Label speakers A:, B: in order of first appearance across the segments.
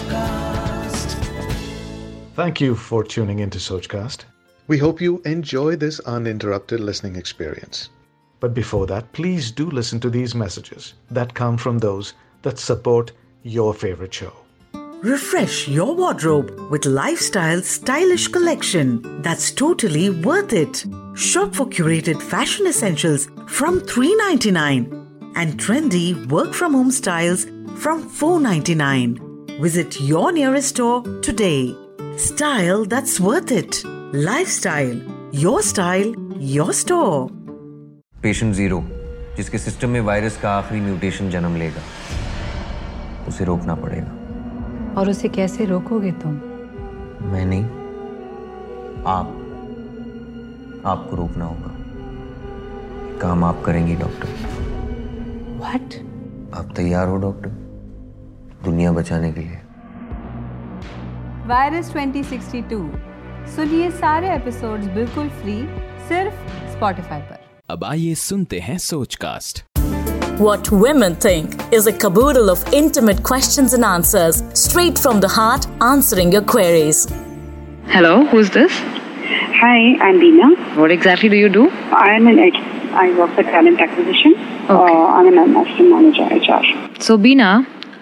A: Sochcast.
B: Thank you for tuning into Sochcast.
C: We hope you enjoy this uninterrupted listening experience.
B: But before that, please do listen to these messages that come from those that support your favorite show.
D: Refresh your wardrobe with Lifestyle's stylish collection that's totally worth it. Shop for curated fashion essentials from $3.99 and trendy work from home styles from $4.99. Visit your nearest store today. Style that's worth it. Lifestyle. Your style, your store.
E: Patient zero जिसके system में virus का आखिरी mutation जन्म लेगा उसे रोकना पड़ेगा
F: और उसे कैसे रोकोगे तुम
E: मैं नहीं आप आपको रोकना होगा काम आप करेंगी डॉक्टर
F: व्हाट
E: आप तैयार हो डॉक्टर दुनिया बचाने के लिए
G: वायरस 2062 सुनिए सारे एपिसोड्स बिल्कुल फ्री सिर्फ स्पॉटिफाई पर
H: अब आइए सुनते हैं Sochcast
I: What Women Think is a caboodle of intimate questions and answers straight from the heart, answering your queries.
J: Hello, who's this?
K: Hi, I'm Dina.
J: What exactly do you do?
K: I'm an ex- I work for talent acquisition. Uh, I'm an assistant manager HR.
J: So, Bina,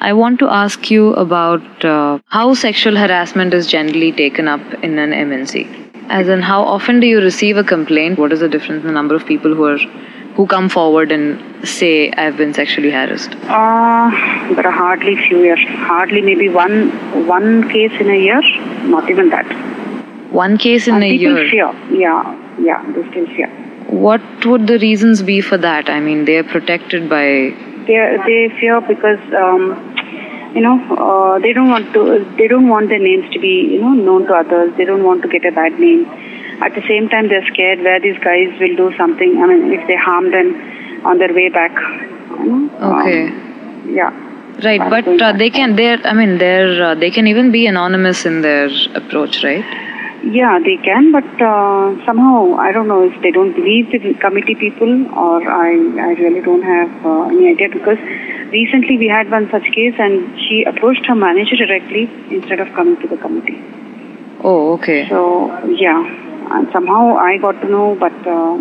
J: I want to ask you about uh, how sexual harassment is generally taken up in an MNC. As in, how often do you receive a complaint? What is the difference in the number of people who are who come forward and say I've been sexually harassed?
K: Uh, there are hardly few years, hardly maybe one one case in a year. Not even that.
J: One case in
K: And
J: a
K: people
J: year.
K: fear. Yeah, yeah, they still fear.
J: What would the reasons be for that? I mean, they are protected by
K: They they fear because um, you know uh, they don't want to they don't want their names to be you know known to others. They don't want to get a bad name. At the same time, they're scared where these guys will do something. I mean, if they harm them on their way back. You know, um,
J: Okay.
K: yeah.
J: Right,
K: That's
J: but
K: going
J: uh,
K: on.
J: they can. They're. I mean, they're. Uh, they can even be anonymous in their approach, right?
K: Yeah, they can, but uh, somehow I don't know if they don't believe the committee people, or I, I really don't have uh, any idea because recently we had one such case, and she approached her manager directly instead of coming to the committee.
J: Oh, okay.
K: So yeah, and somehow I got to know, but um,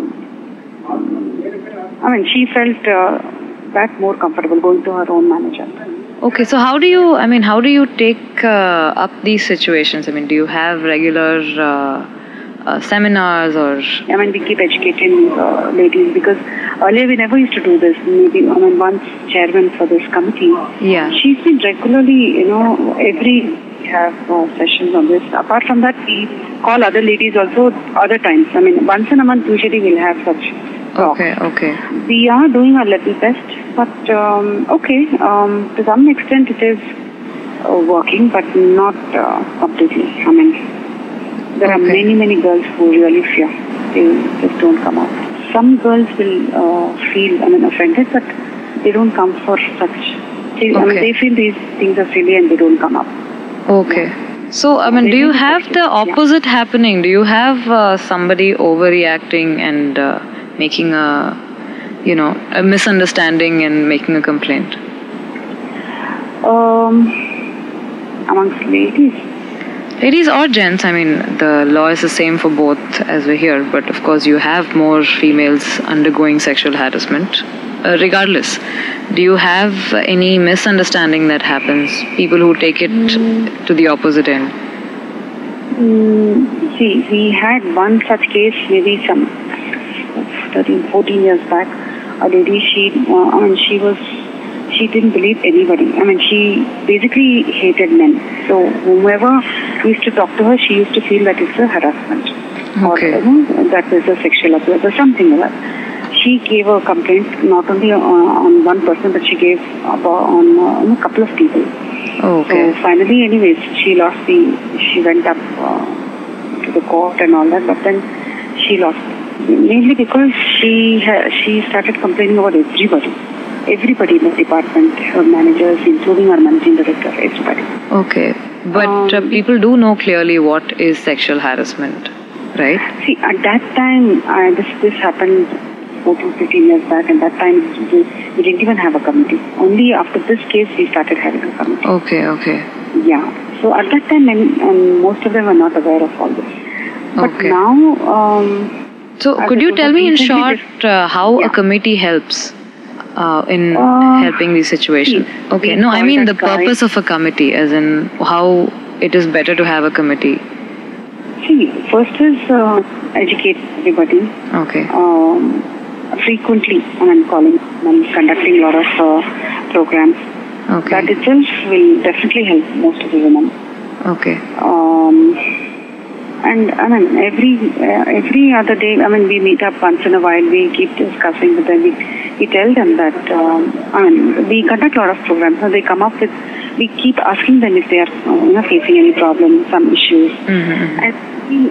K: I mean she felt uh, that more comfortable going to her own manager.
J: Okay. So how do you? I mean, how do you take uh, up these situations? I mean, do you have regular uh, uh, seminars or?
K: I mean, we keep educating uh, ladies because earlier we never used to do this. Maybe I mean, once chairman for this committee,
J: Yeah.
K: she's been regularly, you know, every we have uh, sessions on this. Apart from that, we call other ladies also other times. I mean, once in a month usually we'll have such. talks.
J: Okay. Okay.
K: We are doing our little best, but um, okay, um, to some extent it is uh, working, but not uh, completely. I mean, there are
J: Okay.
K: many, many girls who really fear. They just don't come out. Some girls will uh, feel, I mean, offended, but they don't come for such. They, I mean,
J: Okay.
K: they feel these things are silly and they don't come up.
J: Okay. So I mean, do you have the opposite happening? Do you have uh, somebody overreacting and uh, making a, you know, a misunderstanding and making a complaint?
K: Um, amongst ladies,
J: Ladies or gents, I mean, the law is the same for both as we're here, but of course, you have more females undergoing sexual harassment. Uh, regardless, do you have any misunderstanding that happens? People who take it to the opposite end?
K: Mm, see, we had one such case maybe some 13, 14 years back. A lady, she, uh, I mean, she was, she didn't believe anybody. I mean, she basically hated men. So whomever used to talk to her, she used to feel that it's a harassment.
J: Okay.
K: Or, you know, that is a sexual abuse or something like that. She gave a complaint not only on, on one person, but she gave about on, uh, on a couple of people.
J: Oh, okay.
K: So finally, anyways, she lost the. She went up uh, to the court and all that, but then she lost mainly because she ha- she started complaining about everybody, everybody in the department, her managers, including our managing director, everybody.
J: Okay. But uh,
K: Um,
J: people do know clearly what is sexual harassment, right?
K: See, at that time, uh, this this happened 14, 15 years back, and that time we, we didn't even have a committee. Only after this case we started having a committee.
J: Okay, okay.
L: Yeah. So at that time, and, and most of them were not aware of all this. But
J: Okay.
L: now, um,
J: So,
L: as
J: could
L: it
J: you
L: was
J: tell me in
L: recently
J: short uh, how a committee helps uh, in helping the situation?
L: we-
J: Okay,
L: we
J: no, I
L: call
J: mean
L: that
J: the
L: guy-
J: purpose of a committee, as in how it is better to have a committee.
L: See, first is uh, educate everybody
J: Okay,
L: um, frequently. I mean, calling and conducting a lot of uh, programs.
J: okay,
L: Uh, That itself will definitely help most of the women.
J: okay,
L: Um, and I mean, every uh, every other day, I mean, we meet up once in a while. We keep discussing with them. We, we tell them that um, I mean, we conduct a lot of programs. So they come up with. We keep asking them if they are uh, you know, facing any problem, some issues. And we,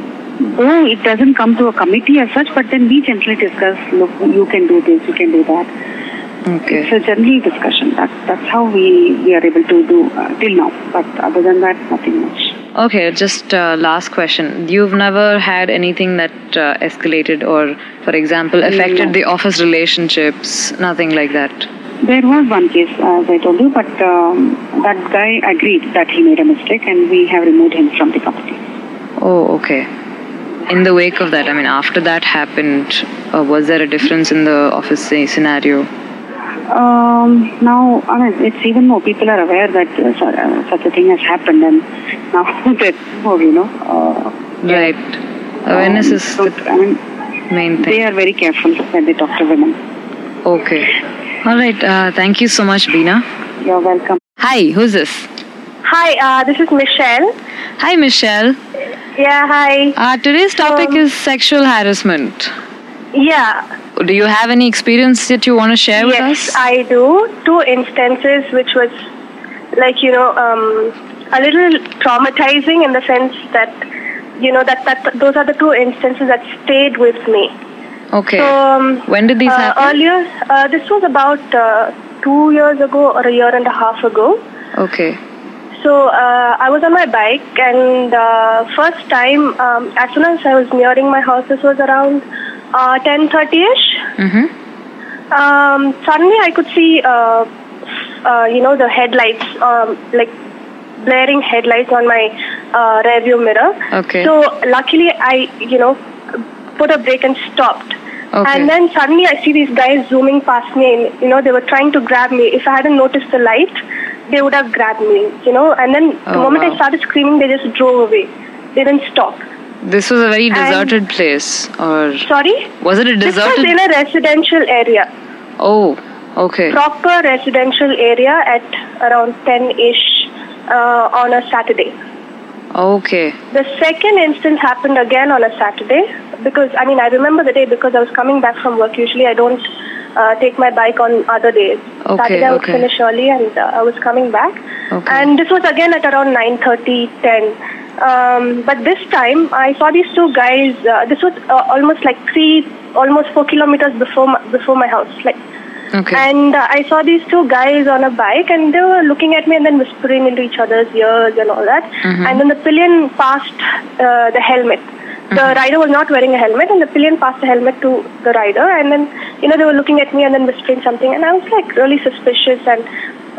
L: though it doesn't come to a committee as such, but then we gently discuss. Look, you can do this. You can do that. It's
J: okay,
L: a general discussion. That, that's how we, we are able to do uh, till now. But other than that, nothing much.
J: okay. Just uh, last question: You've never had anything that uh, escalated, or, for example, affected
L: No.
J: the office relationships? Nothing like that.
L: There was one case, as I told you, but um, that guy agreed that he made a mistake and we have removed him from the company.
J: Oh, okay. In the wake of that, I mean, after that happened, uh, was there a difference in the office say, scenario?
L: Um, now, I mean, it's even more people are aware that uh, su- uh, such a thing has happened and now they're more, you know. Uh,
J: Right. Awareness
L: um,
J: is
L: so,
J: the
L: I mean,
J: main
L: they
J: thing.
L: are very careful when they talk to women.
J: Okay. All right. Uh, thank you so much, Beena.
L: You're welcome.
J: Hi, who's this?
K: Hi, uh, this is Michelle.
J: Hi, Michelle.
K: Yeah, hi.
J: Uh, today's topic
K: Um,
J: is sexual harassment.
K: Yeah,
J: Do you have any experience that you want to share with
K: yes,
J: us?
K: I do. Two instances which was like, you know, um, a little traumatizing in the sense that, you know, that, that those are the two instances that stayed with me.
J: okay.
K: So, um,
J: when did these
K: uh,
J: happen?
K: Earlier, uh, this was about uh, two years ago or a year and a half ago.
J: okay.
K: So uh, I was on my bike, and uh, first time, um, as soon as I was nearing my house, this was around uh, 10:30ish.
J: Mm-hmm.
K: Um, suddenly, I could see, uh, uh, you know, the headlights, um, like blaring headlights on my uh, rearview mirror.
J: Okay.
K: So luckily, I, you know, put a brake and stopped.
J: Okay.
K: And then suddenly I see these guys zooming past me and, you know, they were trying to grab me. If I hadn't noticed the light, they would have grabbed me, you know. And then the
J: Oh,
K: moment
J: wow.
K: I started screaming, they just drove away. They didn't stop.
J: This was a very
K: And-
J: deserted place, or
K: Sorry?
J: was it a
K: This was
J: deserted?
K: in a residential area,
J: oh, okay.
K: proper residential area at around 10-ish uh, on a Saturday.
J: Okay.
K: The second instance happened again on a Saturday because I mean I remember the day because I was coming back from work. Usually I don't uh, take my bike on other days.
J: Okay,
K: Saturday I would
J: okay.
K: finish early and uh, I was coming back.
J: Okay.
K: And this was again at around 9:30, 10. Um, but this time I saw these two guys. Uh, this was uh, almost like three, almost four kilometers before my, before my house. Like
J: Okay.
K: and uh, I saw these two guys on a bike, and they were looking at me and then whispering into each other's ears and all that.
J: Mm-hmm.
K: And then the pillion passed uh, the helmet. The
J: Mm-hmm.
K: rider was not wearing a helmet, and the pillion passed the helmet to the rider. And then, you know, they were looking at me and then whispering something. And I was like really suspicious, and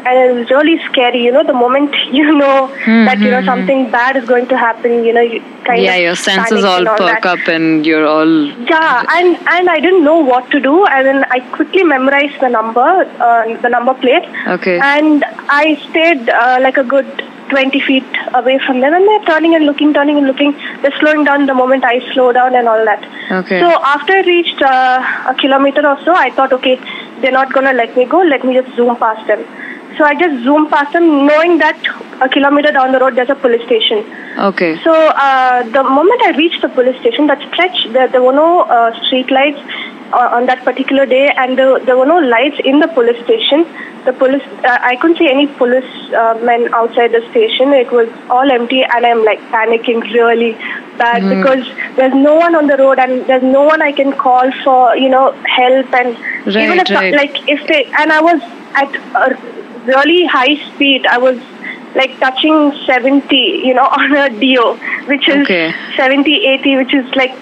K: and it was really scary. You know, the moment you know that you know something bad is going to happen, you know, you kind
J: Mm-hmm. yeah,
K: of
J: your senses
K: panic
J: all
K: and all
J: perk
K: that.
J: up and you're all
K: Yeah, and and I didn't know what to do, and then I quickly memorized the number, uh, the number plate.
J: Okay.
K: And I stayed uh, like a good twenty feet away from them, and they're turning and looking, turning and looking. They're slowing down the moment I slow down and all that.
J: Okay.
K: So after I reached uh, a kilometer or so, I thought, okay, they're not gonna let me go. Let me just zoom past them. So I just zoomed past them, knowing that a kilometer down the road there's a police station.
J: okay.
K: So uh, the moment I reached the police station, that stretch there, there were no uh, street lights uh, on that particular day, and there, there were no lights in the police station. The police, uh, I couldn't see any police uh, men outside the station. It was all empty, and I'm like panicking really bad
J: Hmm.
K: because there's no one on the road, and there's no one I can call for you know help, and even
J: Right,
K: if
J: right.
K: like if they and I was at a really high speed, I was like touching 70, you know, on a DO, which is
J: Okay.
K: seventy eighty, which is like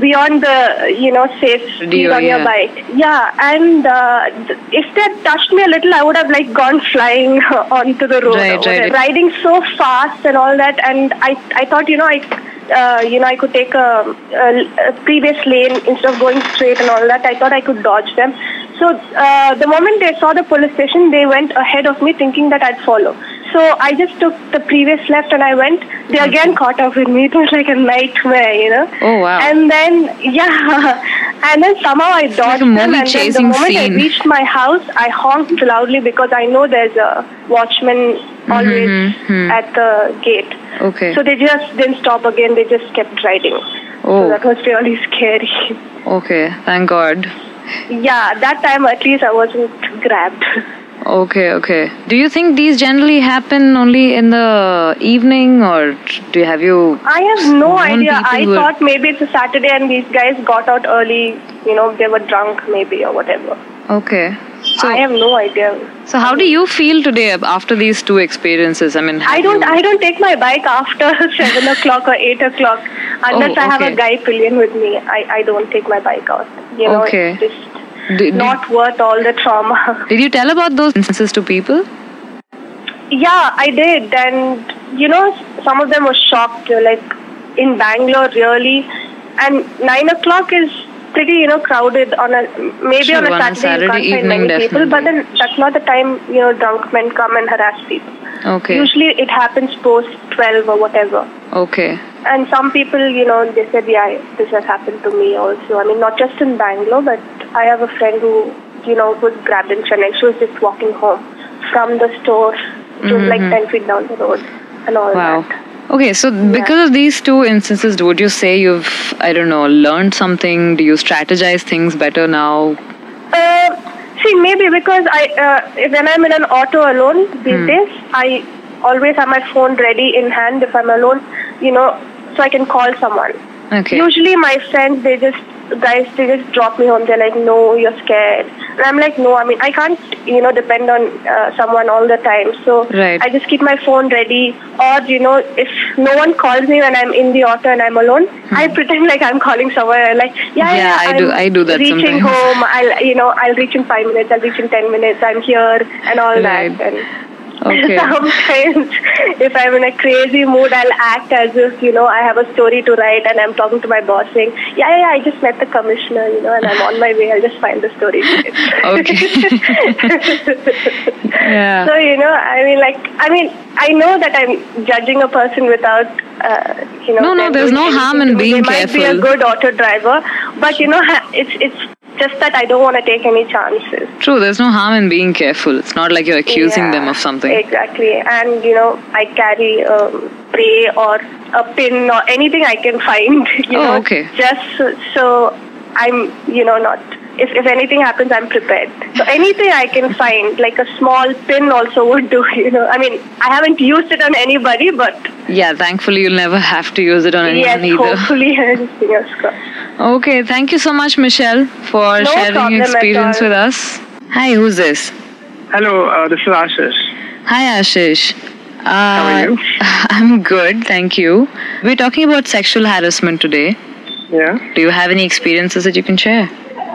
K: beyond the you know safe speed
J: Rodeo,
K: on your
J: yeah.
K: bike. Yeah, and uh, th- if they had touched me a little, I would have like gone flying onto the road. or
J: Right, right.
K: whatever. Riding so fast and all that, and I I thought you know I. Uh, you know, I could take a, a, a previous lane instead of going straight and all that. I thought I could dodge them. So uh, the moment they saw the police station, they went ahead of me, thinking that I'd follow. So I just took the previous left and I went. They again caught up with me. It was like a nightmare, you know.
J: Mm-hmm. Oh, wow.
K: And then yeah, and then somehow I dodged
J: a
K: them.
J: movie
K: And then the
J: chasing
K: moment
J: scene.
K: I reached my house, I honked loudly because I know there's a watchman always at the gate.
J: Mm-hmm, Okay.
K: So they just didn't stop again. They just kept riding.
J: Oh.
K: So that was really scary.
J: Okay, thank God.
K: yeah, that time at least I wasn't grabbed.
J: Okay, okay. Do you think these generally happen only in the evening, or do you, have you?
K: I have no
J: known
K: idea.
J: people
K: I
J: who are-
K: thought maybe it's a Saturday and these guys got out early. You know, they were drunk maybe or whatever.
J: Okay. So,
K: I have no idea.
J: so how do you feel today ab- after these two experiences? I mean,
K: I
J: have
K: don't.
J: you-
K: I don't take my bike after seven o'clock or eight o'clock unless
J: Oh,
K: I have a
J: okay.
K: guy pillion with me. I, I don't take my bike out. You know,
J: Okay.
K: it's just
J: Did- did,
K: not worth all the trauma.
J: did you tell about those instances to people?
K: yeah, I did, and you know, some of them were shocked. They're Like in Bangalore, really, and nine o'clock is pretty you know crowded on a maybe
J: Sure,
K: on a
J: on a
K: Saturday,
J: Saturday
K: you can't
J: evening,
K: find many people, but
J: definitely.
K: then that's not the time you know drunk men come and harass people.
J: Okay.
K: Usually, it happens post twelve or whatever.
J: Okay.
K: And some people, you know, they said, yeah, this has happened to me also. I mean, not just in Bangalore, but I have a friend who, you know, was grabbed in Chennai. She was just walking home from the store. It was like 10 feet down the road and all
J: Wow.
K: that.
J: Okay, so because of these two instances, would you say you've, I don't know, learned something? Do you strategize things better now?
K: Uh, see, maybe because I, uh, when I'm in an auto alone these days, I always have my phone ready in hand if I'm alone, you know, so I can call someone.
J: Okay.
K: Usually, my friends, they just guys, they just drop me home. They're like, "No, you're scared," and I'm like, "No, I mean, I can't, you know, depend on uh, someone all the time. So
J: Right.
K: I just keep my phone ready, or you know, if no one calls me when I'm in the auto and I'm alone, I pretend like I'm calling somewhere. Like, yeah,
J: Hmm. Yeah, I
K: I'm
J: do- I do that
K: Reaching
J: sometimes.
K: home, I'll, you know, I'll reach in five minutes. I'll reach in ten minutes. I'm here and all
J: Right.
K: that. And
J: Okay.
K: Sometimes, if I'm in a crazy mood, I'll act as if you know I have a story to write, and I'm talking to my boss saying, "Yeah, yeah, I just met the commissioner, you know, and I'm on my way. I'll just find the story." okay.
J: Yeah.
K: so you know, I mean, like, I mean, I know that I'm judging a person without, uh, you know.
J: No, no,
K: them
J: there's
K: doing
J: no harm
K: anything
J: in
K: to me.
J: being
K: they might be
J: careful.
K: a good auto driver, but you know, ha- it's it's just that I don't want to take any chances.
J: True, there's no harm in being careful. It's not like you're accusing
K: Yeah,
J: them of something.
K: Exactly. And, you know, I carry um, prey or a pin or anything I can find. You
J: Oh,
K: know,
J: okay.
K: Just so, so I'm, you know, not. If, if anything happens, I'm prepared. So anything I can find, like a small pin also would do, you know. I mean, I haven't used it on anybody, but
J: Yeah, thankfully you'll never have to use it on
K: yes,
J: anyone either.
K: hopefully, fingers crossed.
J: Okay, thank you so much, Michelle, for
K: No
J: sharing
K: problem
J: your
K: at
J: experience
K: all.
J: with us. Hi, who's this?
M: Hello, uh, this is Ashish.
J: Hi, Ashish. Uh, How
M: are you?
J: I'm good, thank you. We're talking about sexual harassment today.
M: Yeah.
J: Do you have any experiences that you can share?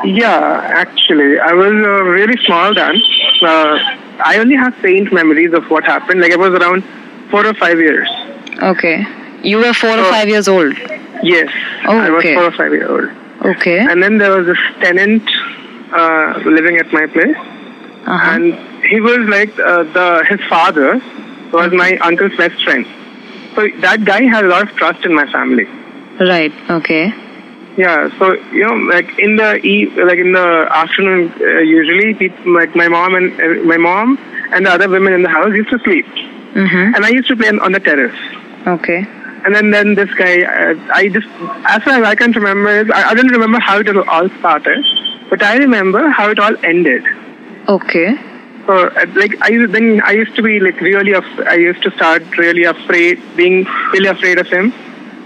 M: Yeah, actually, I was uh, really small then. Uh, I only have faint memories of what happened. Like I was around four or five years.
J: Okay. You were four or
K: Oh.
M: Uh,
J: five years old.
M: Yes,
J: Oh,
M: I was
J: okay.
M: four or five year old.
K: Uh,
J: Okay.
M: And then there was this tenant uh, living at my place,
J: Uh-huh.
M: and he was like uh, the his father
J: Mm-hmm.
M: was my uncle's best friend. So that guy had a lot of trust in my family.
J: Right. Okay.
M: Yeah, so you know, like in the e- like in the afternoon, uh, usually people, like my mom and uh, my mom and the other women in the house used to sleep,
J: Mm-hmm.
M: and I used to play on, on the terrace.
J: Okay.
M: And then then this guy, uh, I just as far as I can remember, I, I don't remember how it all started, but I remember how it all ended.
J: Okay.
M: So uh, like I used- then I used to be like really af- I used to start really afraid, being really afraid of him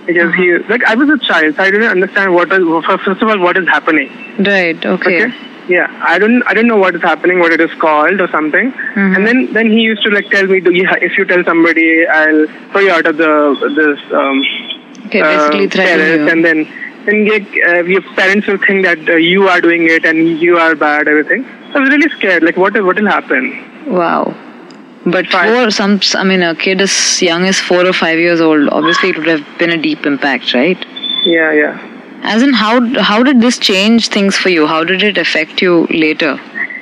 M: because he like I was a child, so I didn't understand what is first of all what is happening.
J: Right. Okay.
M: Yeah, I don't I don't know what is happening, what it is called or something.
J: Mm-hmm.
M: And then then he used to like tell me, "Do you ha- if you tell somebody, I'll throw you out of the this um,
J: Okay, basically threaten
K: Uh,
M: terrace."
J: you.
M: And then
K: um, and like, uh, your parents will think that uh, you are doing it and you are bad, everything. I was really scared. Like, what what will happen?
J: Wow. But four, some, I mean, a kid as young as four or five years old, obviously it would have been a deep impact, right?
K: Yeah, yeah.
J: As in, how how did this change things for you? How did it affect you later?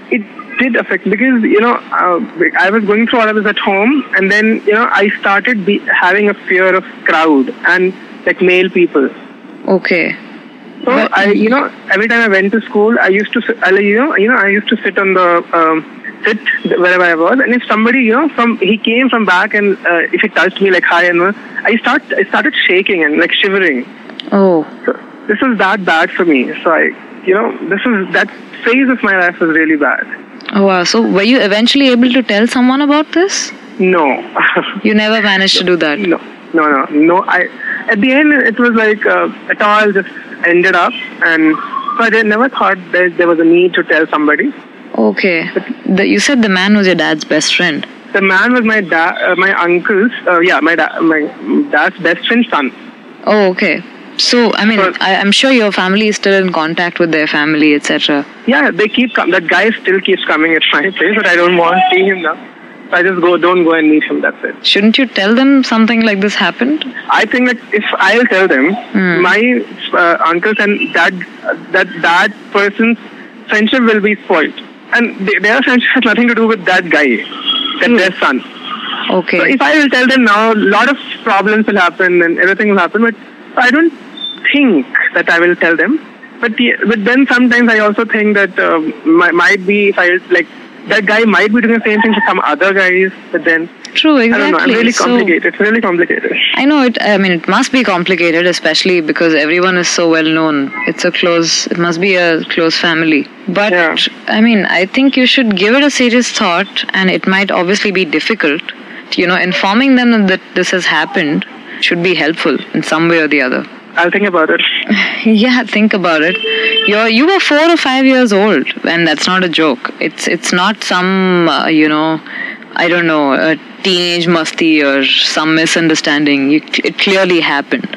K: It did affect because you know uh, I was going through all of this at home, and then you know I started be, having a fear of crowd and like male people.
J: Okay.
K: So I, you know, every time I went to school, I used to, sit- I, like, you know, you know, I used to sit on the um, sit wherever I was, and if somebody, you know, from he came from back, and uh, if he touched me like hi, and uh, I start, I started shaking and like shivering.
J: Oh.
K: This was that bad for me. So I, you know, this is that phase of my life was really bad.
J: Oh, wow. So, were you eventually able to tell someone about this?
K: No.
J: you never managed to do that?
K: No. No, no, no. I at the end it was like uh, it all just ended up, and so I did- never thought that there was a need to tell somebody.
J: Okay. The, you said the man was your dad's best friend.
K: The man was my da- uh, my uncle's, uh, yeah, my da- my dad's best friend's son.
J: Oh, okay. So, I mean, I, I'm sure your family is still in contact with their family, etc.
K: Yeah, they keep com- that guy still keeps coming at my place, but I don't want to see him now. So I just go, don't go and meet him. That's it.
J: Shouldn't you tell them something like this happened?
K: I think that if I'll tell them, my uh, uncles and that that that person's friendship will be spoiled, and they, their friendship has nothing to do with that guy, that their son.
J: Okay.
K: So if I will tell them now, a lot of problems will happen and everything will happen. But I don't think that I will tell them. But the, but then sometimes I also think that uh, my, might be if I like that guy might be doing the same thing to some other guys. But then
J: True,
K: I don't know. I'm
J: exactly.
K: really
J: So-
K: complicated. it's really complicated.
J: I know it. I mean, it must be complicated, especially because everyone is so well known. It's a close. It must be a close family. But I mean, I think you should give it a serious thought, and it might obviously be difficult. You know, informing them that this has happened should be helpful in some way or the other.
K: I'll think about it.
J: yeah, think about it. You're you were four or five years old, and that's not a joke. It's it's not some uh, you know, I don't know, a teenage musti or some misunderstanding. You, it clearly happened.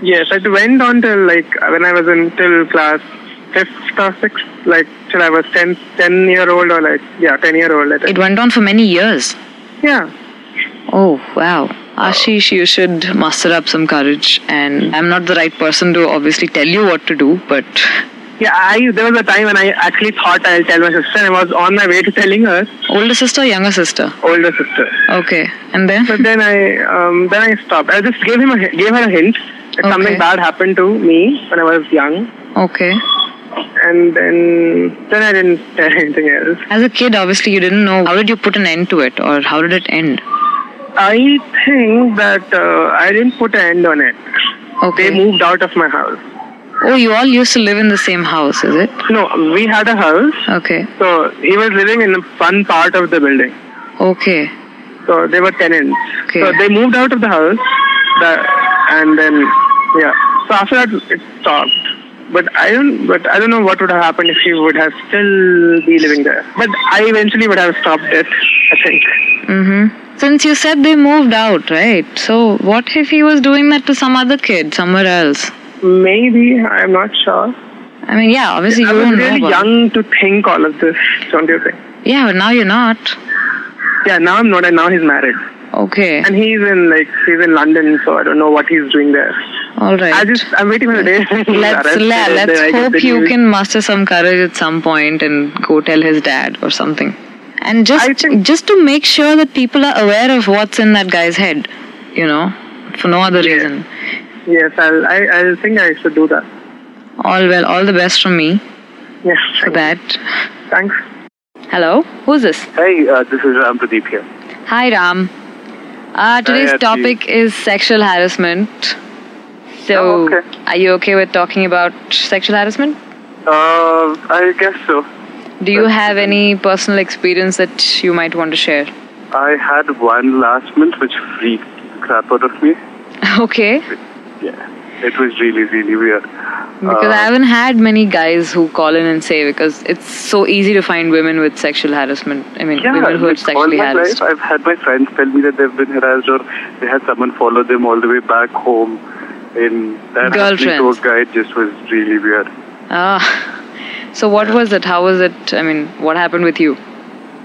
K: Yes, it went on till like when I was in till class fifth or sixth, like till I was 10, 10 year old or like yeah, ten year old.
J: It went on for many years.
K: Yeah.
J: Oh wow. Ashish, you should muster up some courage. And I'm not the right person to obviously tell you what to do, but
K: Yeah, I there was a time when I actually thought I'll tell my sister, and I was on my way to telling her.
J: Older sister, younger sister?
K: Older sister.
J: Okay, and then?
K: But then I um, then I stopped. I just gave him a hi- gave her a hint that something bad happened to me when I was young,
J: okay.
K: and then then I didn't tell anything else.
J: As a kid, obviously, you didn't know. How did you put an end to it, or how did it end?
K: I think that uh, I didn't put an end on it.
J: Okay.
K: They moved out of my house.
J: Oh, you all used to live in the same house, is it?
K: No, we had a house.
J: Okay.
K: So he was living in one part of the building.
J: Okay.
K: So they were tenants. So they moved out of the house, the, and then yeah. So after that it stopped. But I don't. But I don't know what would have happened if he would have still be living there. But I eventually would have stopped it. I think.
J: Mm-hmm. Since you said they moved out, right? So what if he was doing that to some other kid somewhere else?
K: Maybe I'm not sure.
J: I mean, yeah, obviously
K: I
J: you
K: was
J: don't
K: really
J: know. about it.
K: young to think all of this. Don't you think?
J: Yeah, but now you're not.
K: Yeah, now I'm not, and now he's married.
J: Okay.
K: And he's in like he's in London, so I don't know what he's doing there.
J: All right.
K: I just I'm waiting for the day. when he's
J: Let's
K: arrested
J: la-
K: and
J: let's
K: then I get
J: hope
K: the
J: you
K: news.
J: can muster some courage at some point and go tell his dad or something. And just just to make sure that people are aware of what's in that guy's head, you know, for no other reason.
K: Yes, I'll, I I think I should do that.
J: All well, all the best from me.
K: Yes.
J: For that.
K: Thanks.
J: Hello, who's this?
N: Hey, uh, this is Ram Pradeep here.
J: Hi, Ram. Uh, today's
N: Archie.
J: topic is sexual harassment. So, are you okay with talking about sexual harassment?
N: Uh, I guess so.
J: Do you have any personal experience that you might want to share?
N: I had one last month which freaked the crap out of me.
J: okay.
N: Yeah, it was really, really weird.
J: Because
N: Uh,
J: I haven't had many guys who call in and say because it's so easy to find women with sexual harassment. I mean,
N: Yeah,
J: women who are
N: like, all
J: sexually
N: my
J: harassed.
N: life I've had my friends tell me that they've been harassed or they had someone follow them all the way back home.
K: in that
J: Girlfriends.
K: tour guide just was really weird.
J: Ah. So what was it? How was it? I mean, what happened with you?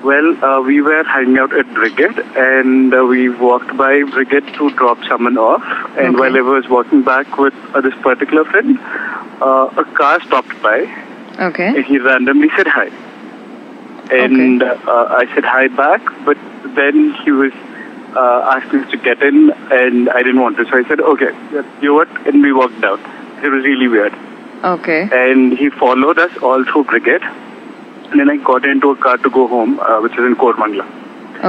K: Well, uh, we were hanging out at Brigade and uh, we walked by Brigade to drop someone off. And while I was walking back with uh, this particular friend, uh, a car stopped by
J: Okay.
K: and he randomly said hi. And uh, I said hi back, but then he was uh, asking us to get in and I didn't want to. So I said, okay, you know what? And we walked out. It was really weird.
J: Okay.
K: And he followed us all through Brigade. And then I got into a car to go home, uh, which is in Kormangla.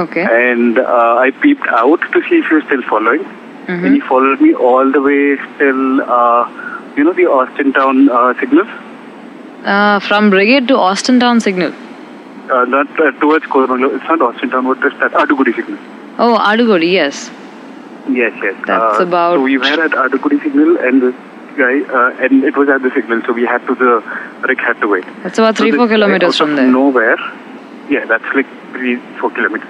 J: Okay.
K: And uh, I peeped out to see if he was still following. And he
J: Mm-hmm.
K: followed me all the way till, uh, you know, the Austin Town uh, signals,
J: Uh, from Brigade to Austin Town Signal.
K: uh, not uh, towards Kormangla. It's not Austin Town, what is that? Adugudi signal.
J: Oh, Adugodi, yes.
K: Yes, yes.
J: That's
K: uh,
J: about-
K: So we were at Adugudi signal and this guy, uh, and it was at the signal, so we had to, the Rick had to wait.
J: That's about three,
K: this
J: four
K: guy
J: kilometers
K: out of
J: from there.
K: Nowhere. Yeah, that's like three, four kilometers.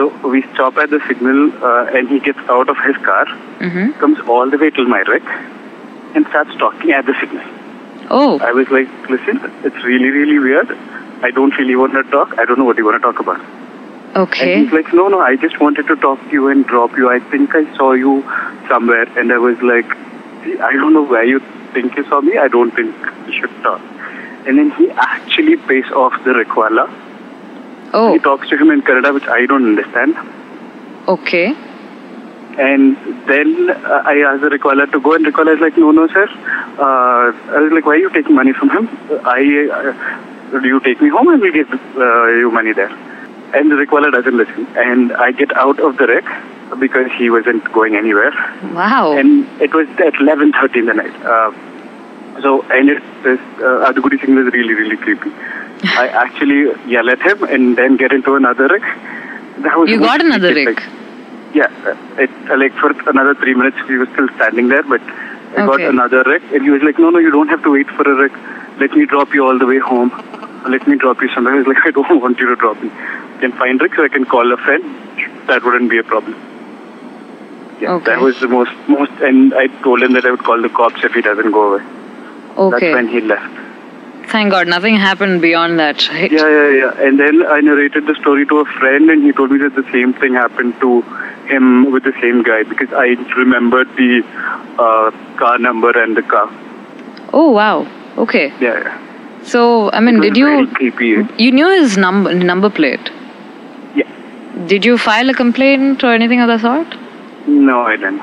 K: So we stop at the signal, uh, and he gets out of his car,
J: Mm-hmm.
K: comes all the way till my wreck, and starts talking at the signal.
J: Oh.
K: I was like, listen, it's really, really weird. I don't really want to talk. I don't know what you want to talk about. And
J: Okay.
K: he's like, no, no, I just wanted to talk to you and drop you. I think I saw you somewhere. And I was like, "See, I don't know where you think you saw me. I don't think you should talk. And then he actually pays off the Rikwala.
J: Oh.
K: He talks to him in Kannada, which I don't understand.
J: Okay.
K: And then uh, I asked the Rikwala to go, and Rikwala is like, no, no, sir. Uh, I was like, why are you taking money from him? I, uh, you take me home, I will give uh, you money there. And the Rikwala doesn't listen. And I get out of the wreck because he wasn't going anywhere.
J: Wow.
K: And it was at 11.30 in the night. Uh, so, and it, this uh, Adugudi Singh was really, really creepy. I actually yell at him and then get into another wreck. That was
J: You got
K: most
J: another
K: creepy,
J: Rick.
K: like, yeah, uh, it, uh, like for another three minutes, we were still standing there, but I got
J: Okay.
K: another wreck, and he was like, "No, no, you don't have to wait for a wreck. Let me drop you all the way home. Let me drop you somewhere." I was like, "I don't want you to drop me. I can find Rick, so I can call a friend. That wouldn't be a problem." Yeah, that was the most most, and I told him that I would call the cops if he doesn't go away.
J: Okay.
K: That's when he left.
J: Thank God, nothing happened beyond that, right?
K: Yeah, yeah, yeah. And then I narrated the story to a friend, and he told me that the same thing happened to him with the same guy because I remembered the uh, car number and the car.
J: Oh wow. Okay.
K: Yeah, yeah.
J: So I mean,
K: It was
J: did you
K: very creepy?
J: you knew his number number plate?
K: Yeah.
J: Did you file a complaint or anything of the sort? Hmm?
K: No, I didn't.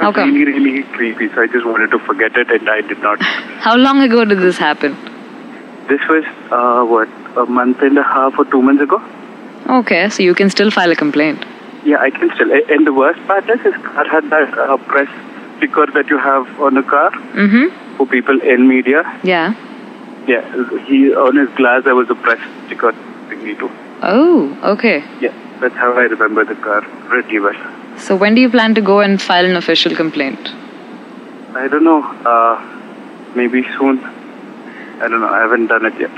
J: How come?
K: Really, really creepy. So I just wanted to forget it, and I did not.
J: How long ago did this happen?
K: This was uh, what a month and a half or two months ago.
J: Okay, so you can still file a complaint.
K: Yeah, I can still. a- And the worst part is, his car had that uh, press sticker that you have on a car
J: Mm-hmm.
K: for people in media.
J: Yeah.
K: Yeah, he on his glass there was a press sticker thingy too.
J: Oh, okay.
K: Yeah, that's how I remember the car pretty well.
J: So when do you plan to go and file an official complaint?
K: I don't know, uh, maybe soon. I don't know. I haven't done it yet.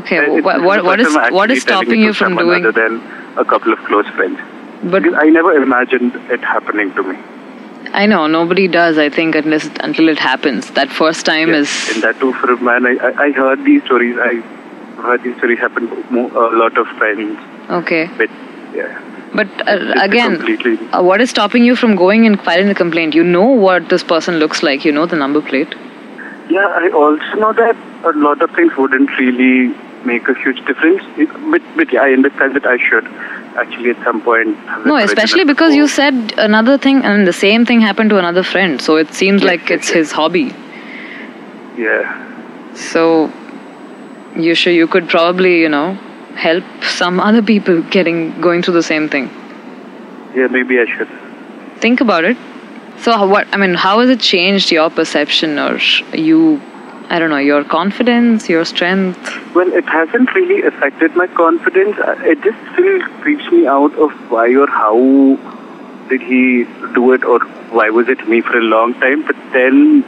J: Okay.
K: It's-
J: wh-
K: this
J: what
K: the
J: what
K: first
J: is
K: time I'm
J: what
K: actually
J: is
K: telling
J: stopping
K: it
J: you
K: to
J: from
K: someone
J: doing?
K: Other than a couple of close friends.
J: But
K: Because I never imagined it happening to me.
J: I know nobody does. I think unless until it happens, that first time
K: Yeah,
J: is
K: And that too for a man. I, I, I heard these stories. I heard these stories happen to mo- a lot of friends.
J: okay.
K: But yeah,
J: But uh,
K: it's
J: again,
K: completely.
J: Uh, what is stopping you from going and filing a complaint? You know what this person looks like. You know the number plate.
K: Yeah, I also know that a lot of things wouldn't really make a huge difference. It- But, but yeah, I understand that I should actually at some point. have the
J: No,
K: courage
J: especially
K: enough.
J: because you said another thing, and the same thing happened to another friend. So it seems like it's his hobby.
K: Yeah.
J: So you sure you could probably you know help some other people getting going through the same thing.
K: Yeah, maybe I should.
J: Think about it. So how- what I mean, how has it changed your perception or you? I don't know your confidence, your strength.
K: Well, it hasn't really affected my confidence. Uh, It just still creeps me out of why or how did he do it or why was it me for a long time. But then,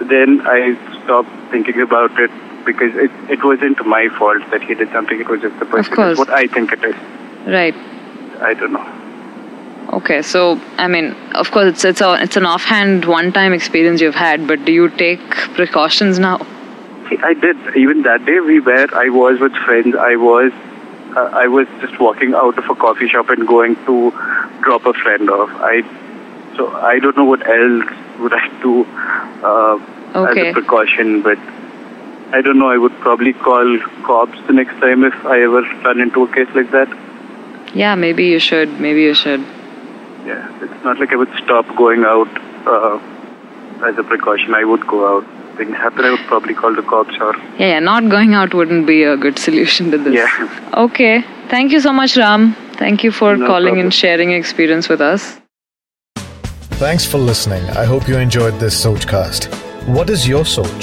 K: then I stopped thinking about it because it, it wasn't my fault that he did something. It was just the person. It's
J: course.
K: What I think it is.
J: Right.
K: I don't know.
J: Okay, so I mean, of course, it's it's a it's an offhand one-time experience you've had, but do you take precautions now?
K: See, I did. Even that day, we were. I was with friends. I was. Uh, I was just walking out of a coffee shop and going to drop a friend off. I. So I don't know what else would I do uh,
J: Okay.
K: as a precaution, but I don't know. I would probably call cops the next time if I ever run into a case like that.
J: Yeah, maybe you should. Maybe you should.
K: Yeah, it's not like I would stop going out uh, as a precaution. I would go out. Things happen. I would probably call the cops or
J: Yeah, yeah, not going out wouldn't be a good solution to this.
K: Yeah.
J: Okay. Thank you so much, Ram. Thank you for
K: No
J: calling
K: problem.
J: and sharing your experience with us.
B: Thanks for listening. I hope you enjoyed this Sochcast. What is your Soch?